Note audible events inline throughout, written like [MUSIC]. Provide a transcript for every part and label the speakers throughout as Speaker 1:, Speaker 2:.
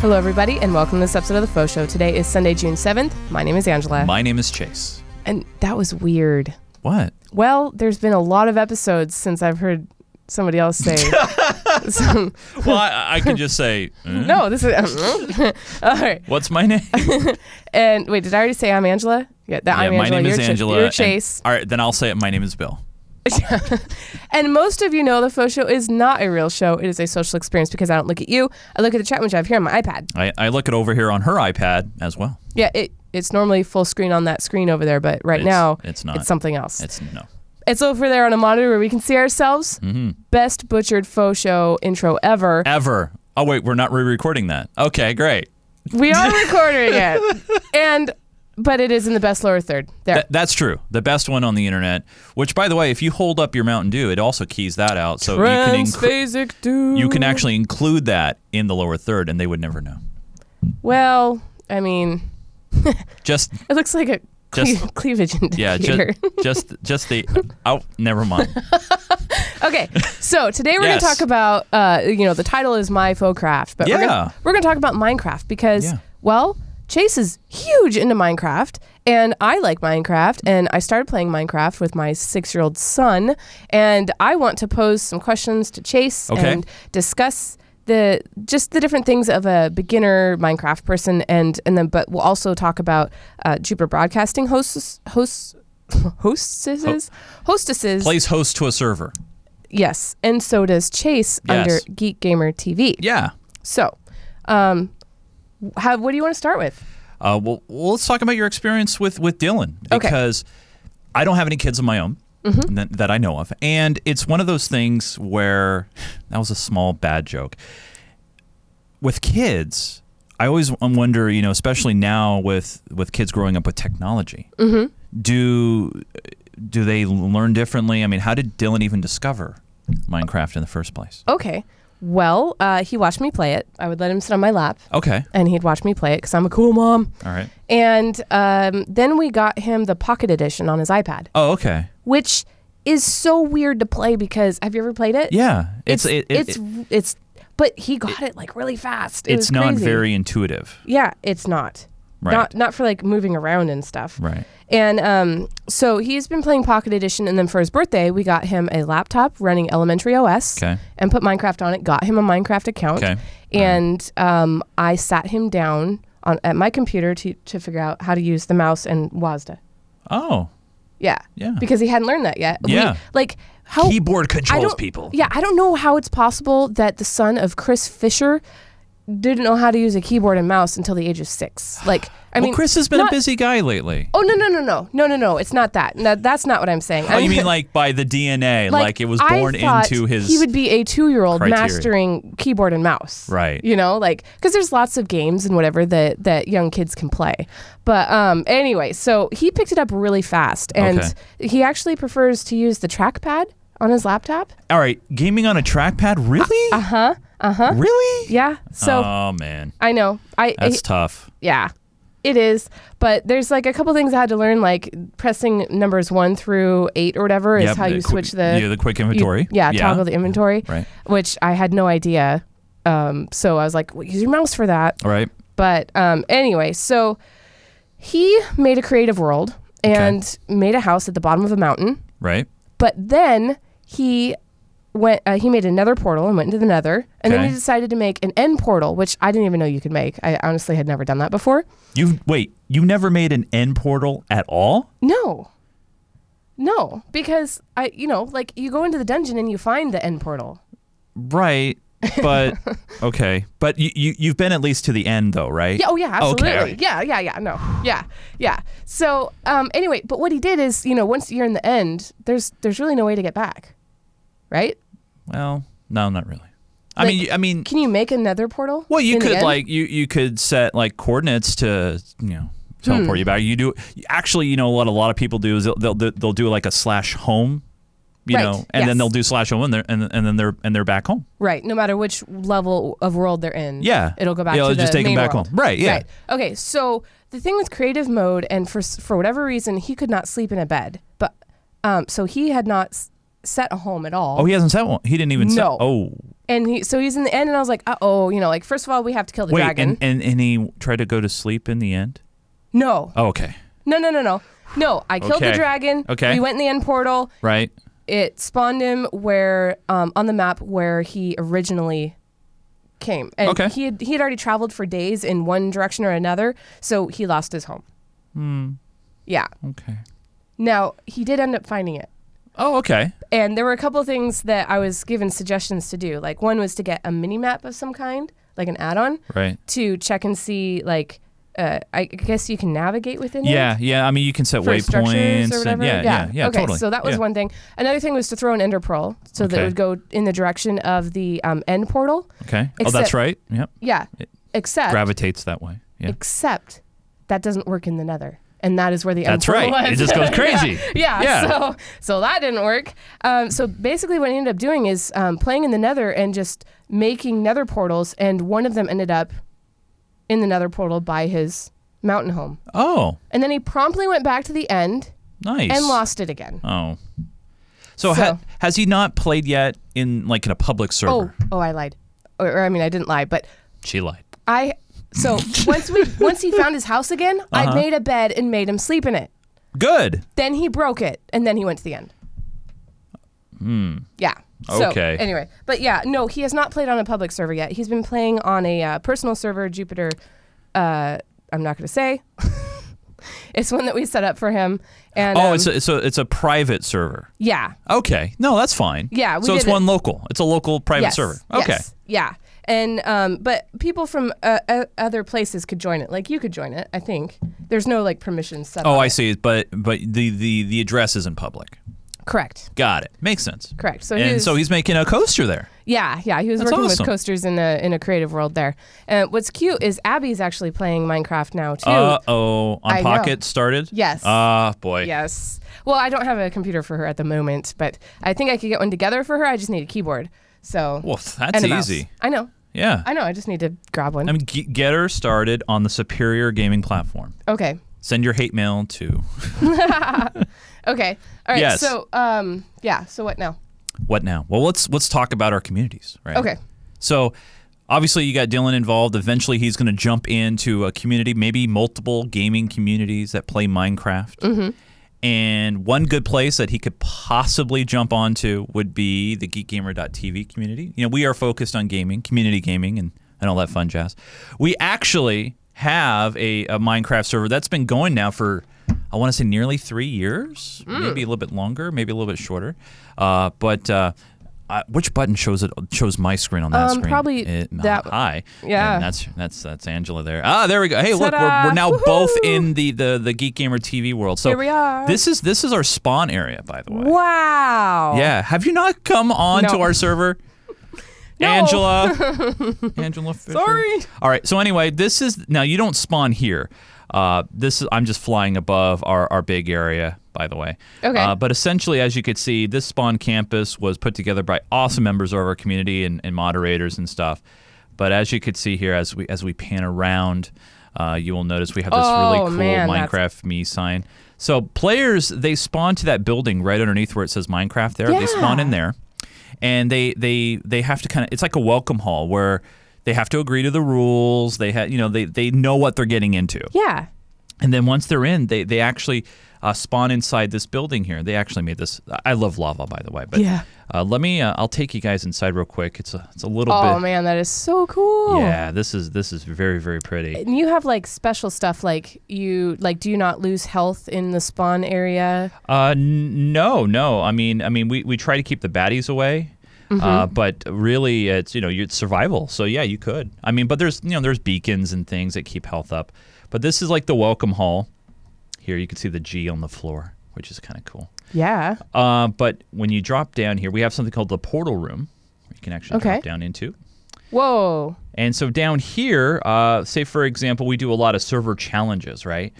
Speaker 1: Hello, everybody, and welcome to this episode of The Faux Show. Today is Sunday, June 7th. My name is Angela.
Speaker 2: My name is Chase.
Speaker 1: and that was weird.
Speaker 2: What?
Speaker 1: Well, there's been a lot of episodes since I've heard somebody else
Speaker 2: [LAUGHS]
Speaker 1: say. some,
Speaker 2: Well, I, I could just say, eh?
Speaker 1: no, this is. [LAUGHS] all right.
Speaker 2: What's my name?
Speaker 1: And wait, did I already say I'm Angela? Yeah, that I'm
Speaker 2: yeah, my
Speaker 1: Angela.
Speaker 2: name
Speaker 1: you're
Speaker 2: is
Speaker 1: Ch-
Speaker 2: Angela.
Speaker 1: you're
Speaker 2: and-
Speaker 1: Chase.
Speaker 2: all right, then I'll say it. My name is Bill.
Speaker 1: And most of you know The Faux Show is not a real show. It is a social experience because I don't look at you. I look at the chat window I have here on my iPad.
Speaker 2: I, I look it over here on her iPad as well.
Speaker 1: Yeah, it, it's normally full screen on that screen over there, but right
Speaker 2: It's-
Speaker 1: now
Speaker 2: it's not.
Speaker 1: It's something else.
Speaker 2: It's no.
Speaker 1: It's over there on a monitor where we can see ourselves.
Speaker 2: Mm-hmm.
Speaker 1: Best butchered faux show intro ever.
Speaker 2: Ever. Oh, wait, we're not re recording that. Okay, great.
Speaker 1: We
Speaker 2: [LAUGHS]
Speaker 1: are recording it. And but it is in the best lower third. There.
Speaker 2: Th- that's true. The best one on the internet, which, by the way, if you hold up your Mountain Dew, it also keys that out. So you can, inclu-
Speaker 1: Transphasic dude.
Speaker 2: you can actually include that in the lower third, and they would never know.
Speaker 1: Well, I mean,
Speaker 2: Just
Speaker 1: it looks like a cle-
Speaker 2: Just-
Speaker 1: cleavage
Speaker 2: yeah,
Speaker 1: indicator.
Speaker 2: just just just the oh, never mind.
Speaker 1: [LAUGHS] okay. So today we're
Speaker 2: Yes.
Speaker 1: gonna talk about uh, you know, the title is My Faux Craft, but we're
Speaker 2: Yeah.
Speaker 1: gonna we're gonna talk about Minecraft because
Speaker 2: Yeah.
Speaker 1: well, Chase is huge into Minecraft and I like Minecraft and I started playing Minecraft with my six year old son and I want to pose some questions to Chase
Speaker 2: Okay.
Speaker 1: and discuss the just the different things of a beginner Minecraft person and and then but we'll also talk about uh, Jupiter Broadcasting hosts hosts [LAUGHS] hostesses hostesses
Speaker 2: Plays host to a server.
Speaker 1: Yes, and so does Chase
Speaker 2: Yes.
Speaker 1: under Geek Gamer TV.
Speaker 2: Yeah.
Speaker 1: So, um, how, what do you want to start with?
Speaker 2: Uh, well, well, let's talk about your experience with with
Speaker 1: Okay.
Speaker 2: Dylan
Speaker 1: Mm-hmm.
Speaker 2: because I don't have any kids of my own that, that I know of, and it's one of those things where [LAUGHS] that was a small bad joke. With kids, I always wonder, you know, especially now with with kids growing up with technology,
Speaker 1: Mm-hmm.
Speaker 2: do do they learn differently? I mean, how did Dylan even discover Minecraft in the first place?
Speaker 1: Okay, well, uh, he watched me play it. I would let him sit on my lap,
Speaker 2: Okay,
Speaker 1: and he'd watch me play it because I'm a cool mom.
Speaker 2: all right.
Speaker 1: And um, then we got him the Pocket Edition on his iPad,
Speaker 2: Oh, okay.
Speaker 1: which is so weird to play because have you ever played it?
Speaker 2: Yeah, it's
Speaker 1: it's
Speaker 2: it, it-
Speaker 1: it's, it's- but he got it, like really fast. It
Speaker 2: it's
Speaker 1: was
Speaker 2: not
Speaker 1: crazy.
Speaker 2: very intuitive.
Speaker 1: Yeah, it's not.
Speaker 2: Right.
Speaker 1: Not not for like moving around and stuff.
Speaker 2: Right.
Speaker 1: And um, so he's been playing Pocket Edition, and then for his birthday, we got him a laptop running Elementary OS
Speaker 2: Okay.
Speaker 1: and put Minecraft on it. Got him a Minecraft account,
Speaker 2: Okay.
Speaker 1: and um, I sat him down on at my computer to to figure out how to use the mouse and WASD.
Speaker 2: Oh,
Speaker 1: Yeah,
Speaker 2: Yeah.
Speaker 1: because he hadn't learned that yet. We-
Speaker 2: Yeah.
Speaker 1: like how
Speaker 2: keyboard
Speaker 1: I
Speaker 2: controls
Speaker 1: don't,
Speaker 2: people.
Speaker 1: Yeah, I don't know how it's possible that the son of Chris Fisher didn't know how to use a keyboard and mouse until the age of
Speaker 2: [SIGHS]
Speaker 1: six. Like, I
Speaker 2: well,
Speaker 1: mean,
Speaker 2: Chris has been
Speaker 1: not-
Speaker 2: a busy guy lately.
Speaker 1: Oh no no no no no no no! It's not that. No, that's not what I'm saying.
Speaker 2: Oh, you
Speaker 1: [LAUGHS]
Speaker 2: mean like by the DNA, like, it was
Speaker 1: I
Speaker 2: born
Speaker 1: thought
Speaker 2: into his.
Speaker 1: He would be a two-year-old
Speaker 2: criteria.
Speaker 1: mastering keyboard and mouse.
Speaker 2: Right.
Speaker 1: You know, like because there's lots of games and whatever that that young kids can play. But um, anyway, so he picked it up really fast, and
Speaker 2: Okay.
Speaker 1: he actually prefers to use the trackpad on his laptop.
Speaker 2: All right, gaming on a trackpad, really? Uh huh. Uh huh. Really?
Speaker 1: Yeah. uh-huh, So
Speaker 2: oh man,
Speaker 1: I know. I, I
Speaker 2: that's tough.
Speaker 1: yeah. It is, but there's like a couple things I had to learn, like pressing numbers one through eight or whatever is
Speaker 2: Yep,
Speaker 1: how
Speaker 2: the
Speaker 1: you
Speaker 2: quick-
Speaker 1: switch the
Speaker 2: yeah the quick
Speaker 1: you-
Speaker 2: inventory.
Speaker 1: yeah, toggle the inventory,
Speaker 2: Right.
Speaker 1: which I had no idea. Um, so I was like, well, use your mouse for that.
Speaker 2: All right.
Speaker 1: But um, anyway, so he made a creative world and made a house at the bottom of a mountain.
Speaker 2: Right.
Speaker 1: But then he went. Uh, he made another portal and went into the Nether, and then
Speaker 2: Okay.
Speaker 1: he decided to make an end portal, which I didn't even know you could make. I honestly had never done that before.
Speaker 2: You wait. You never made an end portal at all.
Speaker 1: No. No, because I, you know, like you go into the dungeon and you find the end portal.
Speaker 2: Right.
Speaker 1: [LAUGHS]
Speaker 2: But okay. But you, you you've been at least to the end though, right?
Speaker 1: Yeah, oh yeah, absolutely.
Speaker 2: Okay. all right.
Speaker 1: Yeah, yeah, yeah. No. Yeah. Yeah. So, um anyway, but what he did is, you know, once you're in the end, there's there's really no way to get back. Right?
Speaker 2: Well, no, not really. I
Speaker 1: Like,
Speaker 2: mean, you- I mean,
Speaker 1: Can you make another portal?
Speaker 2: Well, you
Speaker 1: in the
Speaker 2: could
Speaker 1: end?
Speaker 2: like you you could set like coordinates to you know
Speaker 1: Hmm.
Speaker 2: teleport you back. You do actually, you know, what a lot of people do is they'll they'll, they'll do like a slash home, you
Speaker 1: Right,
Speaker 2: know, and
Speaker 1: yes.
Speaker 2: then they'll do slash home and they're and, and then they're and they're back home.
Speaker 1: Right, no matter which level of world they're in.
Speaker 2: Yeah.
Speaker 1: It'll go back
Speaker 2: Yeah,
Speaker 1: to
Speaker 2: it'll
Speaker 1: the
Speaker 2: just take 'em
Speaker 1: main
Speaker 2: back
Speaker 1: world.
Speaker 2: home. Right, yeah.
Speaker 1: Right. Okay, so the thing with creative mode and for s- for whatever reason, he could not sleep in a bed. But um so he had not s- set a home at all.
Speaker 2: Oh, he hasn't set one. He didn't even set.
Speaker 1: No.
Speaker 2: Oh,
Speaker 1: And he, so he's in the end, and I was like, uh oh, you know, like first of all, we have to kill the
Speaker 2: Wait,
Speaker 1: dragon.
Speaker 2: and, and and he tried to go to sleep in the end.
Speaker 1: no,
Speaker 2: Oh, okay,
Speaker 1: no, no, no, no, no. I killed
Speaker 2: Okay.
Speaker 1: the dragon.
Speaker 2: Okay.
Speaker 1: We went in the end portal.
Speaker 2: right.
Speaker 1: It spawned him where um, on the map where he originally came, and
Speaker 2: Okay.
Speaker 1: he had he had already traveled for days in one direction or another, so he lost his home.
Speaker 2: Hmm.
Speaker 1: Yeah.
Speaker 2: Okay.
Speaker 1: Now he did end up finding it.
Speaker 2: Oh, okay.
Speaker 1: And there were a couple of things that I was given suggestions to do. Like one was to get a mini map of some kind, like an add-on,
Speaker 2: Right.
Speaker 1: to check and see like uh, I guess you can navigate within it.
Speaker 2: Yeah, yeah. I mean, you can set
Speaker 1: For structures
Speaker 2: waypoints.
Speaker 1: or
Speaker 2: and,
Speaker 1: whatever.
Speaker 2: yeah, yeah, yeah.
Speaker 1: okay,
Speaker 2: totally.
Speaker 1: so that was
Speaker 2: Yeah.
Speaker 1: one thing. Another thing was to throw an ender pearl so that
Speaker 2: Okay.
Speaker 1: it would go in the direction of the um, end portal.
Speaker 2: Okay. oh, that's
Speaker 1: Except-
Speaker 2: right. Yep.
Speaker 1: Yeah. Except
Speaker 2: Gravitates that way. Yeah.
Speaker 1: except that doesn't work in the nether. And that is where the end
Speaker 2: That's
Speaker 1: portal
Speaker 2: right.
Speaker 1: was.
Speaker 2: It just goes crazy.
Speaker 1: [LAUGHS] Yeah,
Speaker 2: Yeah.
Speaker 1: So so that didn't work. Um, so basically, what I ended up doing is um, playing in the Nether and just making Nether portals, and one of them ended up in the Nether portal by his mountain home,
Speaker 2: Oh,
Speaker 1: and then he promptly went back to the end
Speaker 2: nice.
Speaker 1: and lost it again.
Speaker 2: Oh. So, ha-
Speaker 1: So-
Speaker 2: has he not played yet in like in a public
Speaker 1: Oh,
Speaker 2: server?
Speaker 1: oh, I lied, or, or I mean, I didn't lie, but
Speaker 2: She lied.
Speaker 1: I. So once
Speaker 2: [LAUGHS]
Speaker 1: we once he found his house again,
Speaker 2: Uh-huh.
Speaker 1: I made a bed and made him sleep in it.
Speaker 2: Good.
Speaker 1: Then he broke it, and then he went to the end. Hmm. Yeah. So,
Speaker 2: Okay.
Speaker 1: Anyway, but yeah, no, he has not played on a public server yet. He's been playing on a uh, personal server, Jupiter. Uh, I'm not going to say. [LAUGHS] it's one that we set up for him. And
Speaker 2: Oh,
Speaker 1: um,
Speaker 2: it's a, so it's a private server.
Speaker 1: yeah.
Speaker 2: Okay. No, that's fine.
Speaker 1: Yeah, we
Speaker 2: so it's
Speaker 1: did it.
Speaker 2: one local. It's a local private
Speaker 1: yes,
Speaker 2: server. Okay.
Speaker 1: yes, yeah. And um, but people from uh, uh, other places could join it. Like you could join it. I think there's no like permission set.
Speaker 2: Oh,
Speaker 1: on
Speaker 2: I
Speaker 1: it.
Speaker 2: see. But but the the the address isn't public.
Speaker 1: correct.
Speaker 2: Got it. Makes sense.
Speaker 1: Correct. So
Speaker 2: and
Speaker 1: he's-
Speaker 2: so he's making a coaster there.
Speaker 1: Yeah, yeah, he was
Speaker 2: That's
Speaker 1: working
Speaker 2: awesome.
Speaker 1: with coasters in a in a creative world there. And what's cute is Abby's actually playing Minecraft now too.
Speaker 2: Uh oh, on
Speaker 1: I know.
Speaker 2: Pocket started.
Speaker 1: Yes.
Speaker 2: Ah boy.
Speaker 1: yes. Well, I don't have a computer for her at the moment, but I think I could get one together for her. I just need a keyboard. So
Speaker 2: Well, that's
Speaker 1: and a mouse.
Speaker 2: easy.
Speaker 1: I know.
Speaker 2: Yeah.
Speaker 1: I know. I just need to grab one.
Speaker 2: I mean, g- get her started on the superior gaming platform.
Speaker 1: okay.
Speaker 2: Send your hate mail to
Speaker 1: Okay. All right.
Speaker 2: Yes.
Speaker 1: So um yeah. So what now?
Speaker 2: what now? Well, let's let's talk about our communities, right?
Speaker 1: Okay.
Speaker 2: So, obviously, you got Dylan involved. Eventually, he's going to jump into a community, maybe multiple gaming communities that play Minecraft. And one good place that he could possibly jump onto would be the geekgamer.tv community. You know, we are focused on gaming, community gaming, and, and all that fun jazz. We actually have a, a Minecraft server that's been going now for, I want to say, nearly three years, maybe a little bit longer, maybe a little bit shorter. Uh, but uh, I, which button shows it shows my screen on that
Speaker 1: Um,
Speaker 2: screen?
Speaker 1: probably
Speaker 2: It-
Speaker 1: that-
Speaker 2: high.
Speaker 1: yeah.
Speaker 2: and that's that's that's Angela there. Ah, there we go. Hey, look, we're,
Speaker 1: Ta-da!
Speaker 2: we're now both
Speaker 1: Woohoo!
Speaker 2: in the the the Geek Gamer TV world. So
Speaker 1: Here we are.
Speaker 2: This is this is our spawn area, by the way.
Speaker 1: Wow.
Speaker 2: Yeah. Have you not come on to
Speaker 1: No. [LAUGHS]
Speaker 2: our server?
Speaker 1: No.
Speaker 2: Angela.
Speaker 1: [LAUGHS]
Speaker 2: Angela Fisher.
Speaker 1: Sorry.
Speaker 2: All right. So anyway, this is now you don't spawn here. Uh, this is I'm just flying above our, our big area, by the way.
Speaker 1: Okay.
Speaker 2: Uh, but essentially, as you could see, this spawn campus was put together by awesome members of our community and, and moderators and stuff. But as you could see here, as we as we pan around, uh, you will notice we have this
Speaker 1: Oh,
Speaker 2: really cool
Speaker 1: man, that's-
Speaker 2: Minecraft me sign. So players they spawn to that building right underneath where it says Minecraft. There, they spawn in
Speaker 1: Yeah.
Speaker 2: there there, and they they they have to kind of it's like a welcome hall where they have to agree to the rules. They have you know they they know what they're getting into,
Speaker 1: Yeah.
Speaker 2: and then once they're in, they they actually. Uh, spawn inside this building here. They actually made this. I love lava, by the way. But
Speaker 1: Yeah.
Speaker 2: uh, let me. Uh, I'll take you guys inside real quick. It's a. It's a little
Speaker 1: Oh
Speaker 2: bit.
Speaker 1: man, that is so cool.
Speaker 2: Yeah. This is. This is very very pretty.
Speaker 1: And you have like special stuff like you like do you not lose health in the spawn area?
Speaker 2: Uh, n- no, no. I mean, I mean, we, we try to keep the baddies away, uh, but really, it's you know, it's survival. So yeah, you could. I mean, but there's you know, there's beacons and things that keep health up. But this is like the welcome hall. Here, you can see the G on the floor, which is kind of cool.
Speaker 1: Yeah.
Speaker 2: Uh, but when you drop down here, we have something called the portal room. where You can actually
Speaker 1: Okay.
Speaker 2: drop down into.
Speaker 1: Whoa.
Speaker 2: And so down here, uh, say for example, we do a lot of server challenges, right?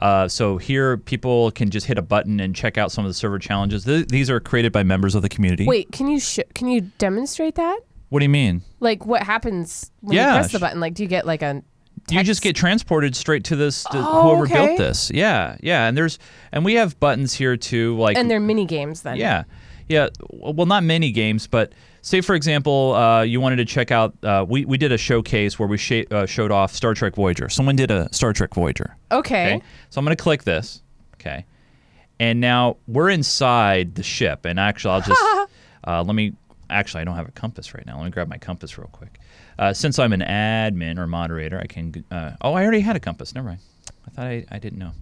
Speaker 2: Uh, so here, people can just hit a button and check out some of the server challenges. Th- these are created by members of the community.
Speaker 1: Wait, can you sh- can you demonstrate that?
Speaker 2: what do you mean?
Speaker 1: Like what happens when
Speaker 2: Yeah,
Speaker 1: you press the
Speaker 2: sh-
Speaker 1: button? Like do you get like a
Speaker 2: You just get transported straight to this to
Speaker 1: Oh,
Speaker 2: whoever
Speaker 1: okay.
Speaker 2: built this. Yeah, yeah. And there's and we have buttons here too, like
Speaker 1: and they're mini games then.
Speaker 2: yeah, Yeah, w- well, not many games, but say for example, uh, you wanted to check out. Uh, we we did a showcase where we sh- uh, showed off Star Trek Voyager. Someone did a Star Trek Voyager.
Speaker 1: Okay.
Speaker 2: Okay. So I'm going to click this. Okay. And now we're inside the ship. And actually, I'll just uh, let me. Actually, I don't have a compass right now. Let me grab my compass real quick. Uh, since I'm an admin or moderator, I can. Uh, oh, I already had a compass. Never mind. I thought I, I didn't know.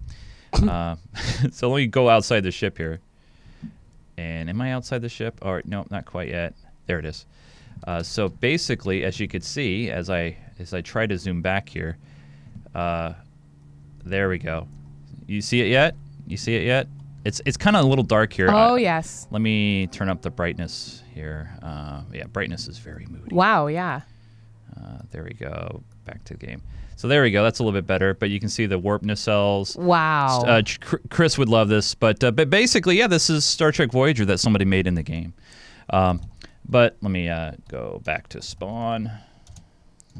Speaker 2: uh, [LAUGHS] so let me go outside the ship here. And am I outside the ship? Or no, not quite yet. There it is. Uh, so basically, as you could see, as I as I try to zoom back here, uh, there we go. You see it yet? You see it yet? It's it's kind of a little dark here.
Speaker 1: Oh
Speaker 2: I-
Speaker 1: yes.
Speaker 2: Let me turn up the brightness here. Uh, yeah, brightness is very moody.
Speaker 1: Wow. Yeah.
Speaker 2: Uh, there we go. Back to the game. So there we go. That's a little bit better, but you can see the warp nacelles.
Speaker 1: Wow.
Speaker 2: Uh, Ch- Cr- Chris would love this, but uh, but basically, yeah, this is Star Trek Voyager that somebody made in the game. Um, but let me uh, go back to Spawn.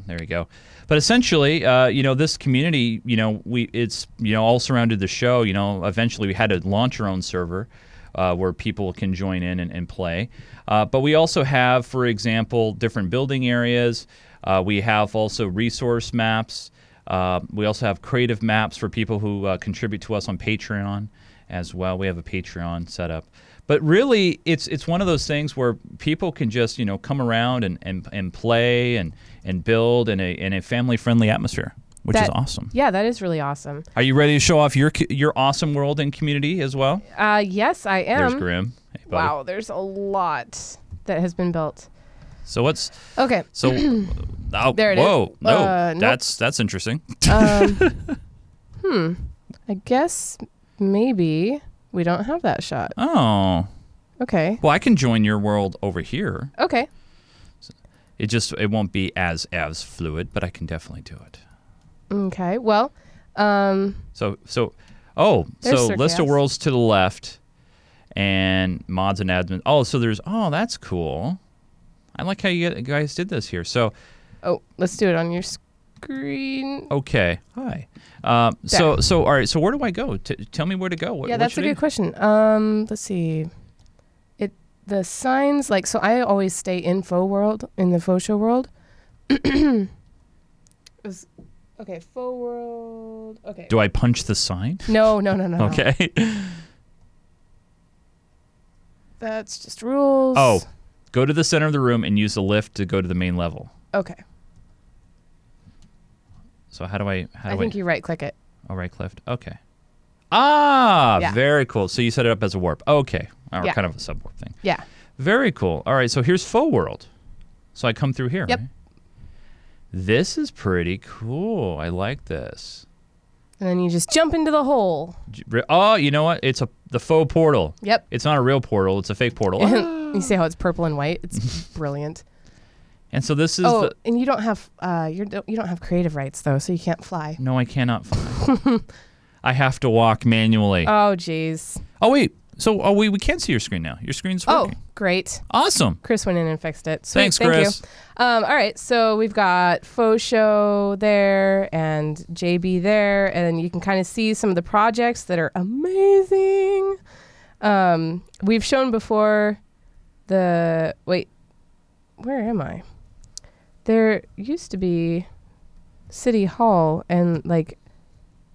Speaker 2: There we go. But essentially, uh, you know, this community, you know, we it's you know all surrounded the show. You know, eventually we had to launch our own server. Uh, where people can join in and, and play. Uh, but we also have, for example, different building areas. Uh, we have also resource maps. Uh, we also have creative maps for people who uh, contribute to us on Patreon as well. We have a Patreon set up. But really, it's it's one of those things where people can just you know come around and, and, and play and, and build in a, in a family friendly atmosphere, which is
Speaker 1: That-
Speaker 2: awesome.
Speaker 1: Yeah, that is really awesome.
Speaker 2: Are you ready to show off your co- your awesome world and community as well?
Speaker 1: Uh, yes, I am.
Speaker 2: There's Grim. Hey, buddy.
Speaker 1: Wow, there's a lot that has been built.
Speaker 2: So what's
Speaker 1: Okay. [CLEARS THROAT]
Speaker 2: so? oh,
Speaker 1: There it is.
Speaker 2: whoa, no,
Speaker 1: Uh, nope.
Speaker 2: that's that's interesting.
Speaker 1: I guess maybe we don't have that shot.
Speaker 2: Oh,
Speaker 1: Okay.
Speaker 2: well, I can join your world over here.
Speaker 1: Okay.
Speaker 2: It just it won't be as as fluid, but I can definitely do it.
Speaker 1: Okay. Well, um,
Speaker 2: So so oh,
Speaker 1: There's
Speaker 2: so
Speaker 1: Sir
Speaker 2: list of
Speaker 1: Chaos.
Speaker 2: worlds to the left and mods and admin. Oh, so there's oh, that's cool. I like how you guys did this here. So
Speaker 1: oh, let's do it on your
Speaker 2: Oh,
Speaker 1: screen.
Speaker 2: okay, hi. Um, so so all right. So where do I go? T- tell me where to go. What,
Speaker 1: yeah,
Speaker 2: what
Speaker 1: that's a
Speaker 2: should I
Speaker 1: good
Speaker 2: do?
Speaker 1: question. Um, let's see. It the signs like so I always stay in faux world in the faux show
Speaker 2: [COUGHS]
Speaker 1: world. Is- okay, faux world. Okay.
Speaker 2: Do I punch the sign?
Speaker 1: no, no, no, no. no.
Speaker 2: Okay. [LAUGHS]
Speaker 1: That's just rules.
Speaker 2: Oh, go to the center of the room and use the lift to go to the main level.
Speaker 1: Okay.
Speaker 2: So how do I how
Speaker 1: I
Speaker 2: do I,
Speaker 1: think you right click it.
Speaker 2: oh right lift? Okay. Ah,
Speaker 1: Yeah.
Speaker 2: very cool. So you set it up as a warp. Okay. Or
Speaker 1: Yeah.
Speaker 2: kind of a subwarp thing.
Speaker 1: Yeah.
Speaker 2: Very cool. All right, so here's faux world. So I come through here.
Speaker 1: Yep.
Speaker 2: right? This is pretty cool. I like this.
Speaker 1: And then you just jump into the hole.
Speaker 2: J- re- Oh, you know what? It's a the faux portal.
Speaker 1: Yep.
Speaker 2: It's not a real portal. It's a fake portal.
Speaker 1: [LAUGHS]
Speaker 2: Ah.
Speaker 1: you see how it's purple and white? It's brilliant.
Speaker 2: and so this is
Speaker 1: Oh,
Speaker 2: the
Speaker 1: and you don't have uh, you don't you don't have creative rights though, so you can't fly.
Speaker 2: no, I cannot fly.
Speaker 1: [LAUGHS]
Speaker 2: I have to walk manually.
Speaker 1: Oh, jeez.
Speaker 2: oh wait. So oh wait, we can see your screen now. Your screen's
Speaker 1: Oh,
Speaker 2: working.
Speaker 1: great.
Speaker 2: Awesome.
Speaker 1: Chris went in and fixed it. Sweet,
Speaker 2: Thanks,
Speaker 1: thank
Speaker 2: Chris.
Speaker 1: You. Um, all right, so we've got Faux Show there and JB there, and then you can kind of see some of the projects that are amazing. Um, we've shown before the wait, where am I? There used to be City Hall and like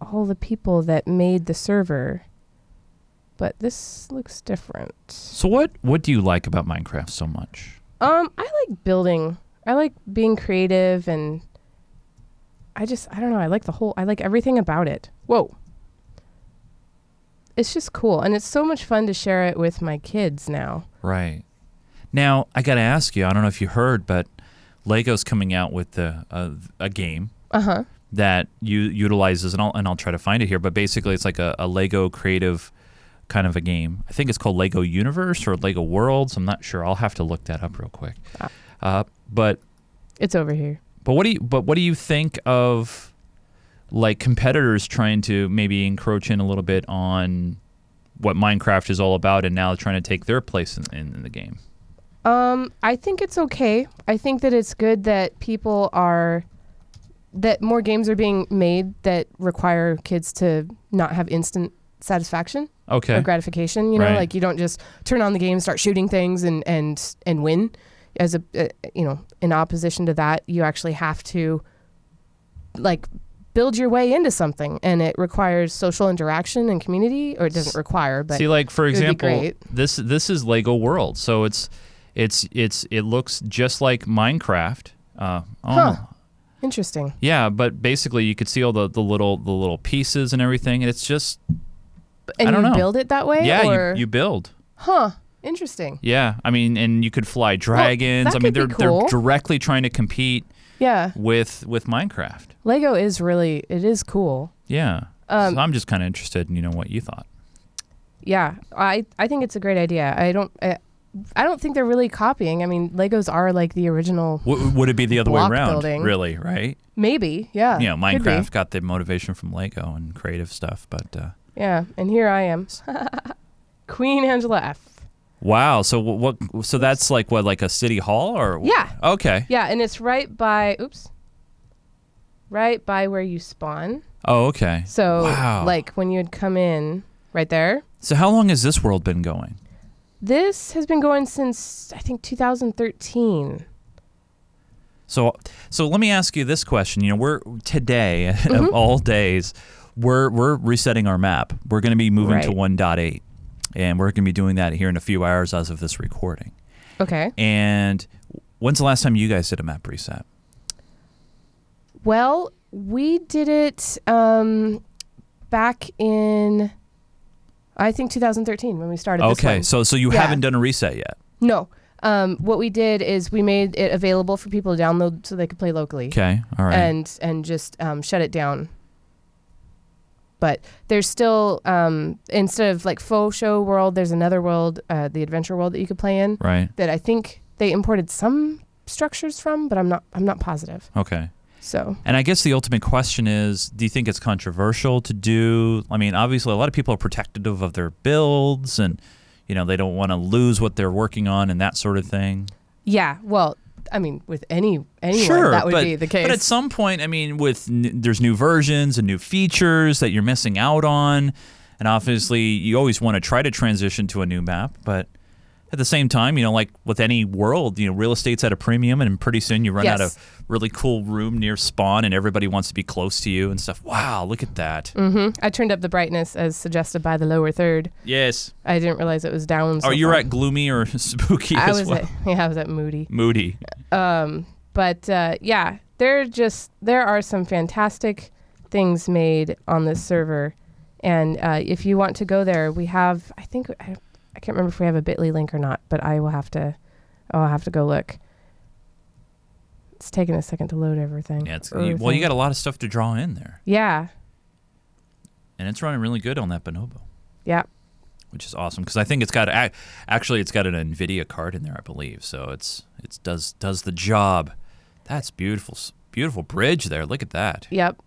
Speaker 1: all the people that made the server, but this looks different.
Speaker 2: So what what do you like about Minecraft so much?
Speaker 1: Um, I like building. I like being creative and I just I don't know, I like the whole I like everything about it. Whoa. It's just cool and it's so much fun to share it with my kids now.
Speaker 2: Right. Now I got to ask you. I don't know if you heard, but Lego's coming out with a a, a game
Speaker 1: Uh-huh.
Speaker 2: that you utilizes, and I'll and I'll try to find it here. But basically, it's like a, a Lego creative kind of a game. I think it's called Lego Universe or Lego Worlds. I'm not sure. I'll have to look that up real quick.
Speaker 1: Ah.
Speaker 2: Uh, but
Speaker 1: It's over here.
Speaker 2: but what do you but what do you think of like competitors trying to maybe encroach in a little bit on what Minecraft is all about, and now trying to take their place in, in, in the game?
Speaker 1: Um, I think it's okay. I think that it's good that people are that more games are being made that require kids to not have instant satisfaction.
Speaker 2: Okay.
Speaker 1: or gratification. You know,
Speaker 2: Right.
Speaker 1: like you don't just turn on the game, start shooting things, and and and win. As a uh, you know, in opposition to that, you actually have to like build your way into something, and it requires social interaction and community, or it doesn't require, but
Speaker 3: See, like for
Speaker 1: would be
Speaker 3: example,
Speaker 1: great.
Speaker 3: this this is Lego World, so it's it's it's it looks just like Minecraft. Uh, oh,
Speaker 1: Huh. interesting.
Speaker 3: Yeah, but basically you could see all the, the little the little pieces and everything, and it's just
Speaker 1: And
Speaker 3: I don't
Speaker 1: you
Speaker 3: know.
Speaker 1: build it that way,
Speaker 3: yeah,
Speaker 1: or
Speaker 3: you, you build.
Speaker 1: huh? Interesting.
Speaker 3: Yeah, I mean, and you could fly dragons.
Speaker 1: that
Speaker 3: I mean,
Speaker 1: could
Speaker 3: they're
Speaker 1: be
Speaker 3: they're
Speaker 1: cool.
Speaker 3: directly trying to compete
Speaker 1: Yeah,
Speaker 3: with with Minecraft.
Speaker 1: Lego is really it is cool.
Speaker 3: Yeah,
Speaker 1: Um,
Speaker 3: so I'm just kind of interested in you know what you thought.
Speaker 1: Yeah, I I think it's a great idea. I don't I, I don't think they're really copying. I mean, Legos are like the original.
Speaker 2: W- would it be the other way
Speaker 1: Block
Speaker 2: around?
Speaker 1: building.
Speaker 2: Really, right?
Speaker 1: Maybe, yeah.
Speaker 2: you know,
Speaker 1: could be.
Speaker 2: Minecraft got the motivation from Lego and creative stuff, but uh,
Speaker 1: Yeah, and here I am, [LAUGHS] Queen Angela F.
Speaker 2: wow. So wh- what? So that's like what, like a city hall or? wh-
Speaker 1: Yeah.
Speaker 2: Okay.
Speaker 1: Yeah, and it's right by. Oops. Right by where you spawn.
Speaker 2: Oh, okay.
Speaker 1: So,
Speaker 2: Wow.
Speaker 1: like when you would come in, right there.
Speaker 2: So how long has this world been going?
Speaker 1: This has been going since I think 2013.
Speaker 2: So, so let me ask you this question. You know, we're today [LAUGHS] of
Speaker 1: Mm-hmm.
Speaker 2: all days, we're we're resetting our map. We're going to be moving to
Speaker 1: Right.
Speaker 2: 1.8, and we're going to be doing that here in a few hours as of this recording.
Speaker 1: Okay.
Speaker 2: And when's the last time you guys did a map reset?
Speaker 1: Well, we did it um, back in, I think 2013 when we started. This
Speaker 2: Okay,
Speaker 1: one.
Speaker 2: so so you
Speaker 1: Yeah.
Speaker 2: haven't done a reset yet.
Speaker 1: No. Um, what we did is we made it available for people to download so they could play locally
Speaker 2: Okay, all right.
Speaker 1: and and just um, shut it down. But there's still um, instead of like faux show world, there's another world, uh, the adventure world that you could play in
Speaker 2: right.
Speaker 1: that I think they imported some structures from, but I'm not I'm not positive.
Speaker 2: Okay.
Speaker 1: So
Speaker 2: And I guess the ultimate question is do you think it's controversial to do? I mean, obviously, a lot of people are protective of their builds and, you know, they don't want to lose what they're working on and that sort of thing.
Speaker 1: yeah, well, I mean, with any anyone
Speaker 2: sure.
Speaker 1: that would
Speaker 2: but,
Speaker 1: be the case.
Speaker 2: But at some point, I mean, with n- there's new versions and new features that you're missing out on. And obviously, you always want to try to transition to a new map. But at the same time, you know, like with any world, you know, real estate's at a premium. And pretty soon you run out
Speaker 1: Yes.
Speaker 2: of really cool room near spawn and everybody wants to be close to you and stuff. Wow, look at that.
Speaker 1: hmm I turned up the brightness as suggested by the lower third.
Speaker 2: Yes.
Speaker 1: I didn't realize it was down. so
Speaker 2: oh, you're
Speaker 1: far.
Speaker 2: at gloomy or [LAUGHS] spooky
Speaker 1: I
Speaker 2: as
Speaker 1: was
Speaker 2: well.
Speaker 1: at [LAUGHS] yeah, I was at Moody.
Speaker 2: Moody.
Speaker 1: Um, but uh, yeah, there just there are some fantastic things made on this server, and uh, if you want to go there, we have I think I, I can't remember if we have a Bitly link or not, but I will have to I'll have to go look. It's taking a second to load everything.
Speaker 2: Yeah, it's, you, well, you got a lot of stuff to draw in there.
Speaker 1: yeah,
Speaker 2: And it's running really good on that bonobo.
Speaker 1: yeah.
Speaker 2: which is awesome because I think it's got ac- actually it's got an Nvidia card in there, I believe. So it's it's does does the job. That's beautiful, s- beautiful bridge there. Look at that.
Speaker 1: Yep.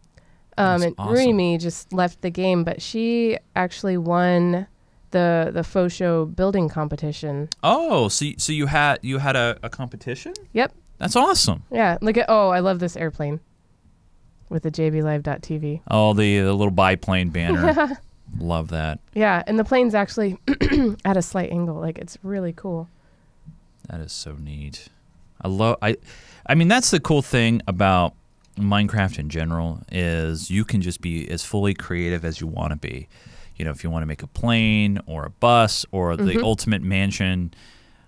Speaker 1: Um,
Speaker 2: That's
Speaker 1: and
Speaker 2: awesome.
Speaker 1: Rumi just left the game, but she actually won the the faux show building competition.
Speaker 2: Oh, so y- so you had you had a, a competition?
Speaker 1: Yep.
Speaker 2: That's awesome.
Speaker 1: Yeah. Look at oh, I love this airplane with the jblive.tv.
Speaker 2: Oh, the the little biplane banner. Love that.
Speaker 1: Yeah, and the plane's actually [CLEARS THROAT] at a slight angle. Like it's really cool.
Speaker 2: That is so neat. I love I I mean that's the cool thing about Minecraft in general is you can just be as fully creative as you want to be. You know, if you want to make a plane or a bus or the ultimate mansion,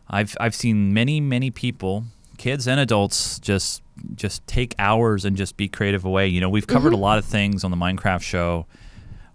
Speaker 2: I've I've seen many many people, kids and adults, just just take hours and just be creative away. You know, we've covered a lot of things on the Minecraft show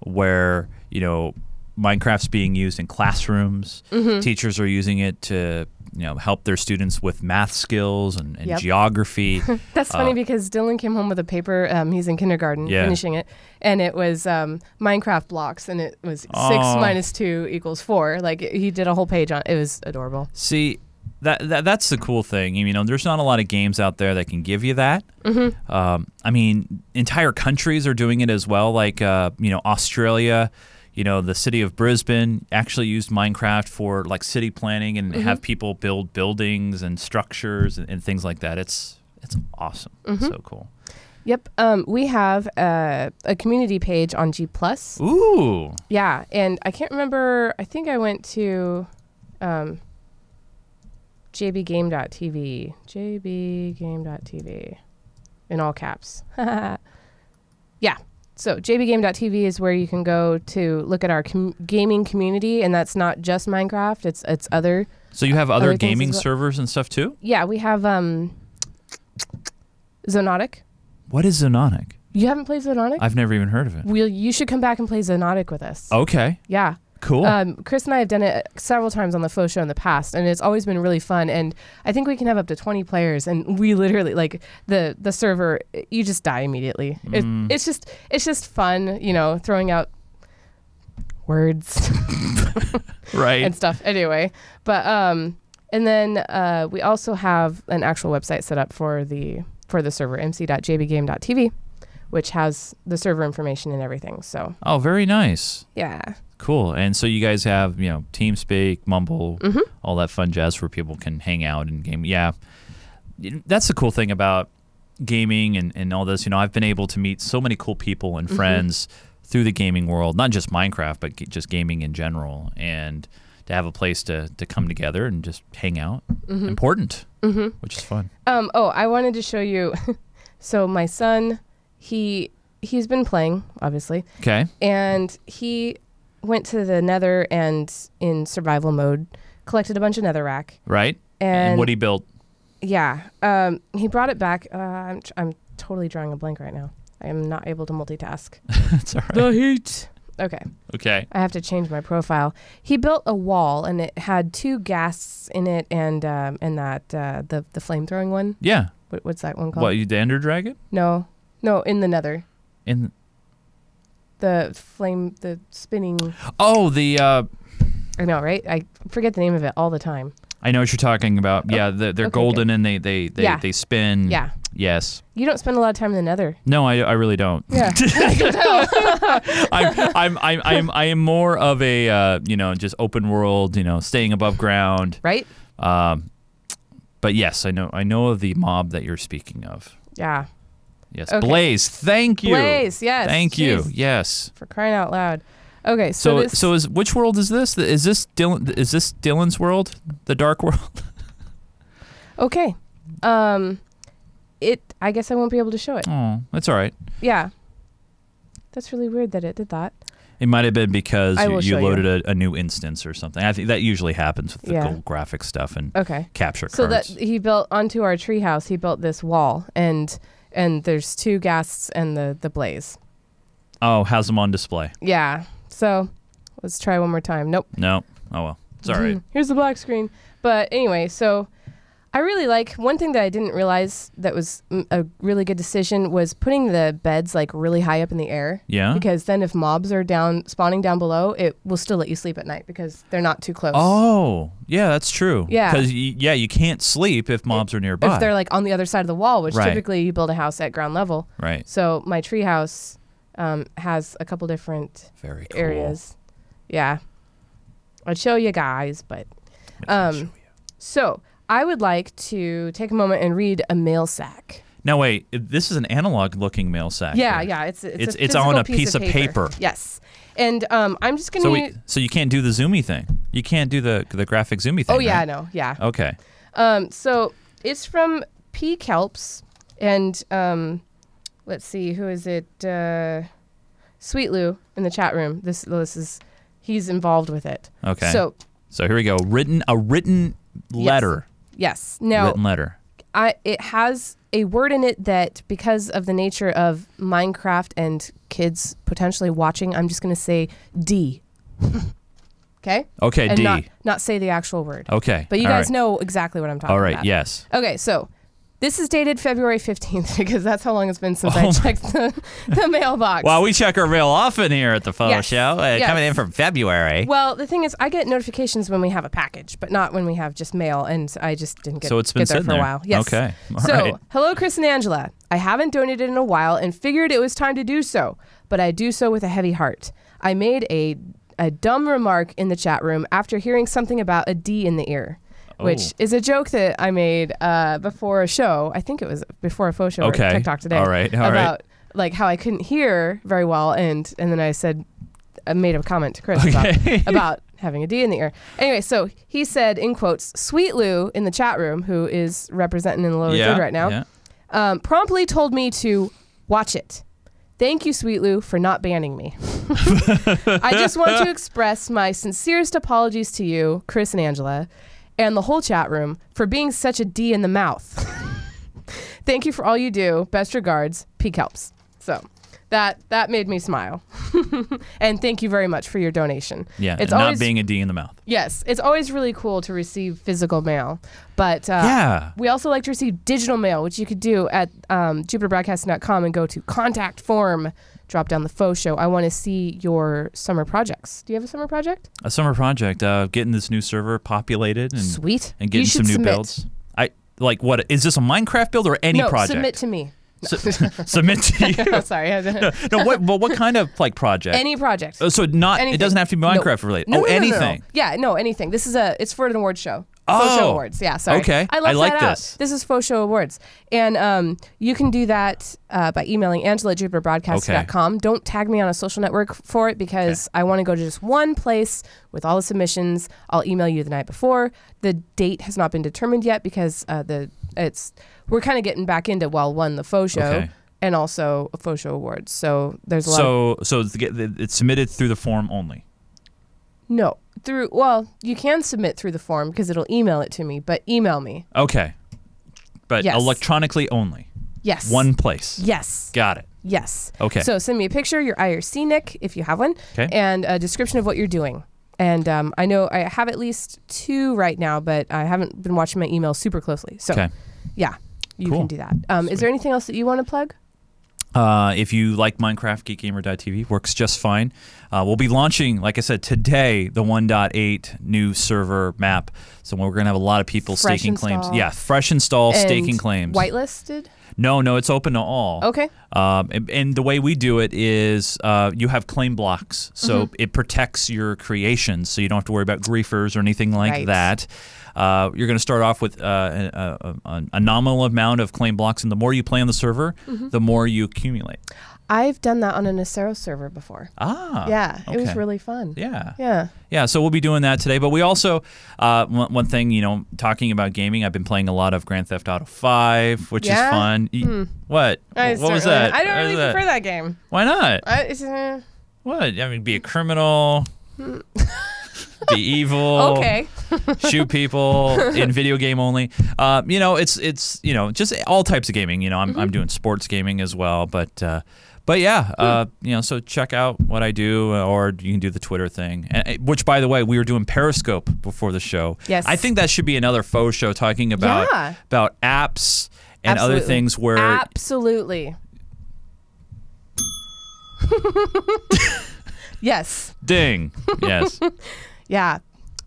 Speaker 2: where you know Minecraft's being used in classrooms. Teachers are using it to you know help their students with math skills and, and
Speaker 1: Yep.
Speaker 2: geography.
Speaker 1: That's funny
Speaker 2: Uh,
Speaker 1: because Dylan came home with a paper. Um, he's in kindergarten,
Speaker 2: Yeah.
Speaker 1: finishing it, and it was um, Minecraft blocks, and it was six
Speaker 2: Aw.
Speaker 1: minus two equals four. Like he did a whole page on. It was adorable.
Speaker 2: See, that, that that's the cool thing. You know, there's not a lot of games out there that can give you that.
Speaker 1: Mm-hmm.
Speaker 2: Um, I mean, entire countries are doing it as well. Like uh, you know, Australia. You know, the city of Brisbane actually used Minecraft for like city planning and have
Speaker 1: Mm-hmm.
Speaker 2: people build
Speaker 1: Mm-hmm.
Speaker 2: buildings and structures and, and things like that. It's it's awesome. So cool.
Speaker 1: Yep. Um, we have uh, a community page on G Plus.
Speaker 4: Ooh.
Speaker 1: Yeah, and I can't remember. I think I went to um, jbgame.tv, jbgame.tv, in all caps. [LAUGHS] yeah. So jbgame.tv is where you can go to look at our com- gaming community, and that's not just Minecraft. It's it's other.
Speaker 2: So you have other,
Speaker 1: Other things
Speaker 2: gaming
Speaker 1: as well.
Speaker 2: servers and stuff too?
Speaker 1: Yeah, we have um, Zonotic.
Speaker 2: What is Zenotic?
Speaker 1: You haven't played Zonotic?
Speaker 2: I've never even heard of it.
Speaker 1: We'll, you should come back and play Zonotic with us.
Speaker 2: Okay,
Speaker 1: Yeah.
Speaker 2: cool.
Speaker 1: Um, Chris and I have done it several times on the Faux Show in the past, and it's always been really fun. And I think we can have up to 20 players, and we literally like the the server. You just die immediately. It, it's just it's just fun, you know, throwing out words [LAUGHS]
Speaker 2: right.
Speaker 1: and stuff. Anyway, but um, and then uh, we also have an actual website set up for the for the server mc.jbgame.tv, which has the server information and everything. So
Speaker 2: oh, very nice.
Speaker 1: yeah,
Speaker 2: Cool. And so you guys have, you know, TeamSpeak, Mumble, all that fun jazz where people can hang out and game. Yeah. You- That's the cool thing about gaming and, and all this. You know, I've been able to meet so many cool people and friends through the gaming world, not just Minecraft, but g- just gaming in general. And to have a place to, to come together and just hang out. Important, mm-hmm. which is fun.
Speaker 1: Um, oh, I wanted to show you. [LAUGHS] so my son, he he's been playing obviously,
Speaker 2: Okay.
Speaker 1: and he went to the Nether and in survival mode collected a bunch of Netherrack.
Speaker 2: Right.
Speaker 1: And-
Speaker 2: what he built.
Speaker 1: Yeah, um, he brought it back. Uh, I'm tr- I'm totally drawing a blank right now. I am not able to multitask.
Speaker 2: [LAUGHS] That's all
Speaker 1: [LAUGHS]
Speaker 2: right.
Speaker 1: The heat. Okay,
Speaker 2: Okay.
Speaker 1: I have to change my profile. He built a wall, and it had two ghasts in it, and um, and that uh, the the flame throwing one.
Speaker 2: Yeah.
Speaker 1: What, what's that one called?
Speaker 2: What, you the Ender Dragon?
Speaker 1: No, no, in the Nether.
Speaker 2: In
Speaker 1: the flame, the spinning.
Speaker 2: oh the uh,
Speaker 1: I know, right? I forget the name of it all the time.
Speaker 2: I know what you're talking about. Yeah, the, they're
Speaker 1: Oh, okay,
Speaker 2: golden and they they they,
Speaker 1: Yeah.
Speaker 2: they spin.
Speaker 1: Yeah,
Speaker 2: Yes.
Speaker 1: you don't spend a lot of time in the Nether.
Speaker 2: No, I, I really don't.
Speaker 1: [LAUGHS] Yeah, I can tell.
Speaker 2: [LAUGHS] I'm, I'm, I'm, I'm, I am more of a, uh, you know, just open world, you know, staying above ground.
Speaker 1: [LAUGHS] right?
Speaker 2: Um, but yes, I know, I know of the mob that you're speaking of.
Speaker 1: Yeah.
Speaker 2: Yes.
Speaker 1: Okay.
Speaker 2: Blaze. Thank you.
Speaker 1: Blaze, yes.
Speaker 2: Thank you.
Speaker 1: Jeez.
Speaker 2: Yes.
Speaker 1: For crying out loud. Okay, so
Speaker 2: So, so,
Speaker 1: this,
Speaker 2: is which world is this? Is this Dylan? Is this Dylan's world? The dark world? [LAUGHS]
Speaker 1: okay, um, it. I guess I won't be able to show it.
Speaker 2: Oh, that's all right.
Speaker 1: Yeah. That's really weird that it did that.
Speaker 2: It might have been because
Speaker 1: I
Speaker 2: you,
Speaker 1: will
Speaker 2: you
Speaker 1: show you.
Speaker 2: loaded A, a new instance or something. I think that usually happens with the
Speaker 1: Yeah.
Speaker 2: gold graphic stuff and
Speaker 1: Okay.
Speaker 2: capture
Speaker 1: So that
Speaker 2: cards.
Speaker 1: he built onto our treehouse, he built this wall, and and there's two ghasts and the the blaze.
Speaker 2: oh, has them on display.
Speaker 1: Yeah. So let's try one more time. Nope.
Speaker 2: No. Oh well. It's all right.
Speaker 1: [LAUGHS] Here's the black screen. But anyway, so I really like one thing that I didn't realize that was mm, a really good decision was putting the beds like really high up in the air.
Speaker 2: Yeah.
Speaker 1: Because then if mobs are down spawning down below, it will still let you sleep at night because they're not too close.
Speaker 2: Oh, yeah, that's true.
Speaker 1: Yeah.
Speaker 2: Because yeah, you can't sleep if mobs are nearby.
Speaker 1: if they're like on the other side of the wall, which
Speaker 2: Right.
Speaker 1: typically you build a house at ground level.
Speaker 2: right.
Speaker 1: So my treehouse um, has a couple different
Speaker 2: Very cool.
Speaker 1: areas. Yeah. I'd show you guys, but
Speaker 2: I'll
Speaker 1: um,
Speaker 2: show you.
Speaker 1: So I would like to take a moment and read a mail sack.
Speaker 2: Now wait, this is an analog looking mail sack.
Speaker 1: Yeah,
Speaker 2: here.
Speaker 1: yeah, it's it's
Speaker 4: It's-
Speaker 1: a
Speaker 4: it's on
Speaker 1: physical
Speaker 4: a piece of paper.
Speaker 1: Yes, and um, I'm just gonna.
Speaker 2: So
Speaker 1: u-
Speaker 2: we, so you can't do the zoomy thing. You can't do the the graphic zoomy thing.
Speaker 1: oh yeah, I
Speaker 2: right?
Speaker 1: know. Yeah.
Speaker 2: Okay.
Speaker 1: Um, so it's from P. Kelps, and um, let's see, who is it? Uh, Sweet Lou in the chat room. This this is he's involved with it.
Speaker 2: Okay.
Speaker 1: So
Speaker 2: So here we go. Written a written letter.
Speaker 1: yes, now
Speaker 2: Written letter.
Speaker 1: I, it has a word in it that because of the nature of Minecraft and kids potentially watching, I'm just going to say D. okay?
Speaker 2: Okay.
Speaker 1: and
Speaker 2: D.
Speaker 1: Not, not say the actual word.
Speaker 2: okay.
Speaker 1: But you
Speaker 2: All
Speaker 1: guys
Speaker 2: right.
Speaker 1: know exactly what I'm talking
Speaker 2: All right.
Speaker 1: about.
Speaker 2: Yes.
Speaker 1: Okay, so this is dated February 15th [LAUGHS] because that's how long it's been since
Speaker 2: Oh my-
Speaker 1: I checked the, the mailbox.
Speaker 2: Well, we check our mail often here at the Photo
Speaker 1: Yes.
Speaker 2: Show. Uh,
Speaker 1: Yes.
Speaker 4: Coming in from February.
Speaker 1: Well, the thing is, I get notifications when we have a package, but not when we have just mail, and I just didn't get,
Speaker 2: So it's been
Speaker 1: get there
Speaker 2: sitting
Speaker 1: for a
Speaker 2: there.
Speaker 1: while. Yes.
Speaker 2: Okay. All
Speaker 1: so,
Speaker 2: right.
Speaker 1: hello, Chris and Angela. I haven't donated in a while and figured it was time to do so, but I do so with a heavy heart. I made a, a dumb remark in the chat room after hearing something about a D in the ear.
Speaker 2: Oh.
Speaker 1: which is a joke that I made uh, before a show. I think it was before a faux show
Speaker 2: Okay.
Speaker 1: or Tech Talk today.
Speaker 2: All right. All right.
Speaker 1: about like how I couldn't hear very well, and and then I said, I made a comment to Chris
Speaker 2: Okay. [LAUGHS]
Speaker 1: about, about having a D in the ear. Anyway, so he said in quotes, "Sweet Lou" in the chat room, who is representing in the lower
Speaker 2: Yeah,
Speaker 1: third right now,
Speaker 5: yeah.
Speaker 1: um, promptly told me to watch it. Thank you, Sweet Lou, for not banning
Speaker 2: [LAUGHS]
Speaker 1: me. I just want to express my sincerest apologies to you, Chris and Angela, and the whole chat room for being such a D in the mouth. [LAUGHS] Thank you for all you do. Best regards, P. Kelps. So that that made me smile. [LAUGHS] and thank you very much for your donation.
Speaker 2: Yeah,
Speaker 1: It's
Speaker 2: and
Speaker 1: always-
Speaker 2: not being a D in the mouth.
Speaker 1: Yes, it's always really cool to receive physical mail, but uh,
Speaker 2: Yeah.
Speaker 1: we also like to receive digital mail, which you could do at um, jupiterbroadcasting.com and go to contact form, drop down the faux show. I want to see your summer projects. Do you have a summer project?
Speaker 2: A summer project, uh, getting this new server populated and
Speaker 1: Sweet.
Speaker 2: and
Speaker 1: You
Speaker 2: getting some
Speaker 1: should
Speaker 2: new
Speaker 1: submit.
Speaker 2: builds. I like what is this a Minecraft build or any
Speaker 1: no, submit
Speaker 2: project?
Speaker 1: to
Speaker 2: [LAUGHS]
Speaker 1: me. [LAUGHS]
Speaker 2: Su- submit to you. [LAUGHS]
Speaker 1: Oh, sorry. [LAUGHS]
Speaker 2: No, what but what kind of like project?
Speaker 1: Any project.
Speaker 2: Uh, so not it
Speaker 1: Anything.
Speaker 2: doesn't have to be
Speaker 1: No.
Speaker 2: Minecraft related.
Speaker 1: No,
Speaker 2: oh,
Speaker 1: no, no, no, no.
Speaker 2: anything.
Speaker 1: Yeah, no, anything. This is a it's for an award show.
Speaker 2: Oh.
Speaker 1: Faux show awards. Yeah, sorry.
Speaker 2: Okay.
Speaker 1: I love
Speaker 2: I like
Speaker 1: that out.
Speaker 2: this.
Speaker 1: This is faux show awards, and um, you can do that uh, by emailing Angela at jupiterbroadcast.com. Don't tag me on a social network for it because I want to go to just one place with all the submissions. I'll email you the night before. The date has not been determined yet because uh, the it's we're kind of getting back into well, one the faux show
Speaker 2: Okay.
Speaker 1: and also a faux show awards. So there's a lot. of,
Speaker 2: So so it's, get- it's submitted through the form only.
Speaker 1: No, through well, you can submit through the form because it'll email it to me. But email me.
Speaker 2: Okay, but
Speaker 1: Yes.
Speaker 2: electronically only,
Speaker 1: Yes.
Speaker 2: one place.
Speaker 1: Yes.
Speaker 2: Got it.
Speaker 1: Yes.
Speaker 2: Okay.
Speaker 1: So send me a picture, your IRC nick if you have one,
Speaker 2: 'Kay.
Speaker 1: and a description of what you're doing. And um, I know I have at least two right now, but I haven't been watching my email super closely. So
Speaker 2: Okay.
Speaker 1: yeah, you
Speaker 2: Cool.
Speaker 1: can do that. Um, is there anything else that you want to plug?
Speaker 2: Uh, if you like Minecraft, geekgamer.tv works just fine. Uh, we'll be launching, like I said, today the 1.8 new server map. So we're going to have a lot of people
Speaker 1: Fresh
Speaker 2: staking claims.
Speaker 1: install.
Speaker 2: Yeah, fresh install, staking
Speaker 1: And
Speaker 2: claims.
Speaker 1: Whitelisted.
Speaker 2: No, no, it's open to all.
Speaker 1: Okay.
Speaker 2: Um, and, and the way we do it is uh, you have claim blocks, so
Speaker 1: Mm-hmm.
Speaker 2: it protects your creations, so you don't have to worry about griefers or anything like
Speaker 1: Right.
Speaker 2: that. Uh, you're going to start off with uh, a, a, a- a nominal amount of claim blocks, and the more you play on the server,
Speaker 1: Mm-hmm.
Speaker 2: the more you accumulate.
Speaker 1: I've done that on a Nacero server before.
Speaker 2: Ah.
Speaker 1: yeah, it was
Speaker 2: okay.
Speaker 1: really fun.
Speaker 2: Yeah.
Speaker 1: Yeah.
Speaker 2: Yeah, so we'll be doing that today. But we also, uh, one, one thing, you know, talking about gaming, I've been playing a lot of Grand Theft Auto 5, which
Speaker 1: Yeah? Hmm.
Speaker 2: is fun. Y- What?
Speaker 1: I
Speaker 2: Wh- what was
Speaker 1: certainly-
Speaker 2: that?
Speaker 1: I don't
Speaker 2: What
Speaker 1: really
Speaker 2: was that?
Speaker 1: prefer that game.
Speaker 2: Why not?
Speaker 1: I, it's, uh,
Speaker 2: What? I mean, be a criminal, be evil,
Speaker 1: [LAUGHS] okay.
Speaker 2: shoot people in video game only. Uh, you know, it's it's you know just all types of gaming. You know, I'm,
Speaker 1: Mm-hmm.
Speaker 2: I'm doing sports gaming as well, but uh, but yeah,
Speaker 1: Hmm.
Speaker 2: uh, you know, so check out what I do, uh, or you can do the Twitter thing, and, uh, which by the way, we were doing Periscope before the show.
Speaker 1: Yes.
Speaker 2: I think that should be another faux show talking about
Speaker 1: Yeah.
Speaker 2: about apps and other
Speaker 1: Absolutely.
Speaker 2: things where
Speaker 1: Absolutely. [LAUGHS] yes.
Speaker 2: ding,
Speaker 1: [LAUGHS]
Speaker 2: yes.
Speaker 1: Yeah.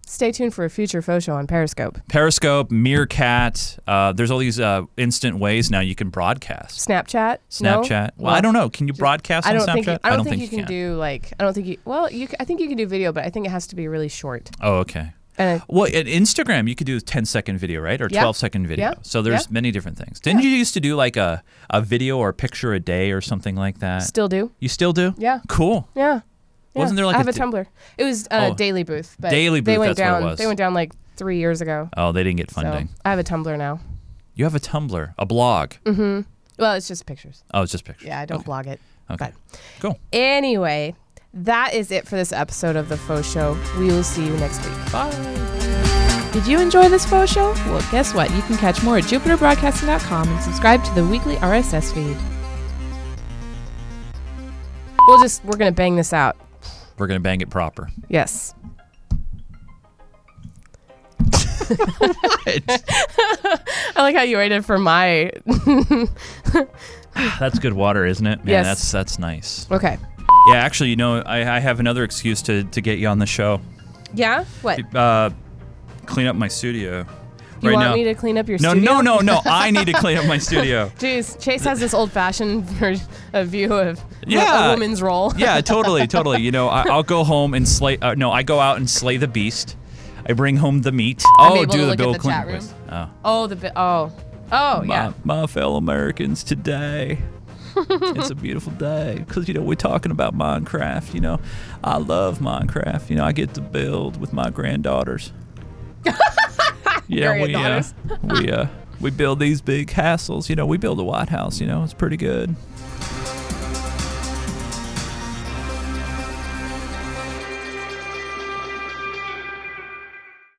Speaker 1: Stay tuned for a future faux show on Periscope.
Speaker 2: Periscope, Meerkat. Uh, there's all these uh, instant ways now you can broadcast.
Speaker 1: Snapchat. No?
Speaker 2: Snapchat. Well, I don't know. Can you broadcast
Speaker 1: I
Speaker 2: on
Speaker 1: don't
Speaker 2: Snapchat?
Speaker 1: think you, I, don't think, you can, do like I don't think you well you c- I think you can do video but I think it has to be really short
Speaker 2: Oh, okay.
Speaker 1: and I,
Speaker 2: Well, at Instagram, you could do a 10 second video, right? Or
Speaker 1: Yeah.
Speaker 2: 12 second video.
Speaker 1: Yeah.
Speaker 2: So there's
Speaker 1: Yeah.
Speaker 2: many different things. Didn't you used to do like a, a video or a picture a day or something like that?
Speaker 1: still do
Speaker 2: you still do?
Speaker 1: Yeah.
Speaker 2: Cool.
Speaker 1: yeah, yeah.
Speaker 2: Uh, Wasn't there like
Speaker 1: I
Speaker 2: a
Speaker 1: have a,
Speaker 2: di-
Speaker 1: Tumblr it was uh,
Speaker 2: Oh.
Speaker 1: Daily Booth but
Speaker 2: Daily
Speaker 1: they
Speaker 2: Booth,
Speaker 1: went
Speaker 2: that's what it
Speaker 1: down
Speaker 2: was.
Speaker 1: they went down like three years ago
Speaker 2: Oh, they didn't get funding.
Speaker 1: so I have a Tumblr now
Speaker 2: You have a Tumblr, a blog.
Speaker 1: Mm-hmm. well it's just pictures
Speaker 2: Oh, it's just pictures.
Speaker 1: yeah I don't blog it
Speaker 2: Okay.
Speaker 1: but
Speaker 2: Cool.
Speaker 1: Anyway, that is it for this episode of The Faux Show. We will see you next week.
Speaker 2: Bye.
Speaker 1: Did you enjoy this Faux Show? Well, guess what? You can catch more at jupiterbroadcasting.com and subscribe to the weekly RSS feed. We'll just, we're going to bang this out.
Speaker 2: We're going to bang
Speaker 1: [LAUGHS]
Speaker 2: it proper.
Speaker 1: Yes. I like how you waited for my.
Speaker 2: that's good water, isn't it? Man,
Speaker 1: Yes.
Speaker 2: that's, that's nice.
Speaker 1: Okay.
Speaker 2: Yeah, actually, you know, I, I have another excuse to, to get you on the show.
Speaker 1: Yeah? What? You
Speaker 2: Uh, clean up my studio. right
Speaker 1: want
Speaker 2: now.
Speaker 1: me to clean up your
Speaker 2: no,
Speaker 1: studio?
Speaker 2: no, no,
Speaker 1: [LAUGHS]
Speaker 2: no. I need to clean up my studio.
Speaker 1: Jeez, Chase has this old-fashioned [LAUGHS] version- a view of
Speaker 2: Yeah.
Speaker 1: a woman's role.
Speaker 2: Yeah, totally, totally. You know, I, I'll go home and slay. Uh, no, I go out and slay the beast. I bring home the meat.
Speaker 1: I'm
Speaker 2: oh,
Speaker 1: able to
Speaker 2: do the
Speaker 1: look at
Speaker 2: Bill
Speaker 1: the chat
Speaker 2: Clinton voice.
Speaker 1: room.
Speaker 2: Oh,
Speaker 1: [LAUGHS] Oh, the bi- oh, oh yeah.
Speaker 2: my, my fellow Americans
Speaker 1: [LAUGHS]
Speaker 2: today. it's a beautiful day because you know we're talking about Minecraft. You know, I love Minecraft. You know, I get to build with my
Speaker 1: [LAUGHS]
Speaker 2: granddaughters. yeah, we uh,
Speaker 1: Granddaughters.
Speaker 2: we uh, we build these big castles. You know, we build a White House. You know, it's pretty good.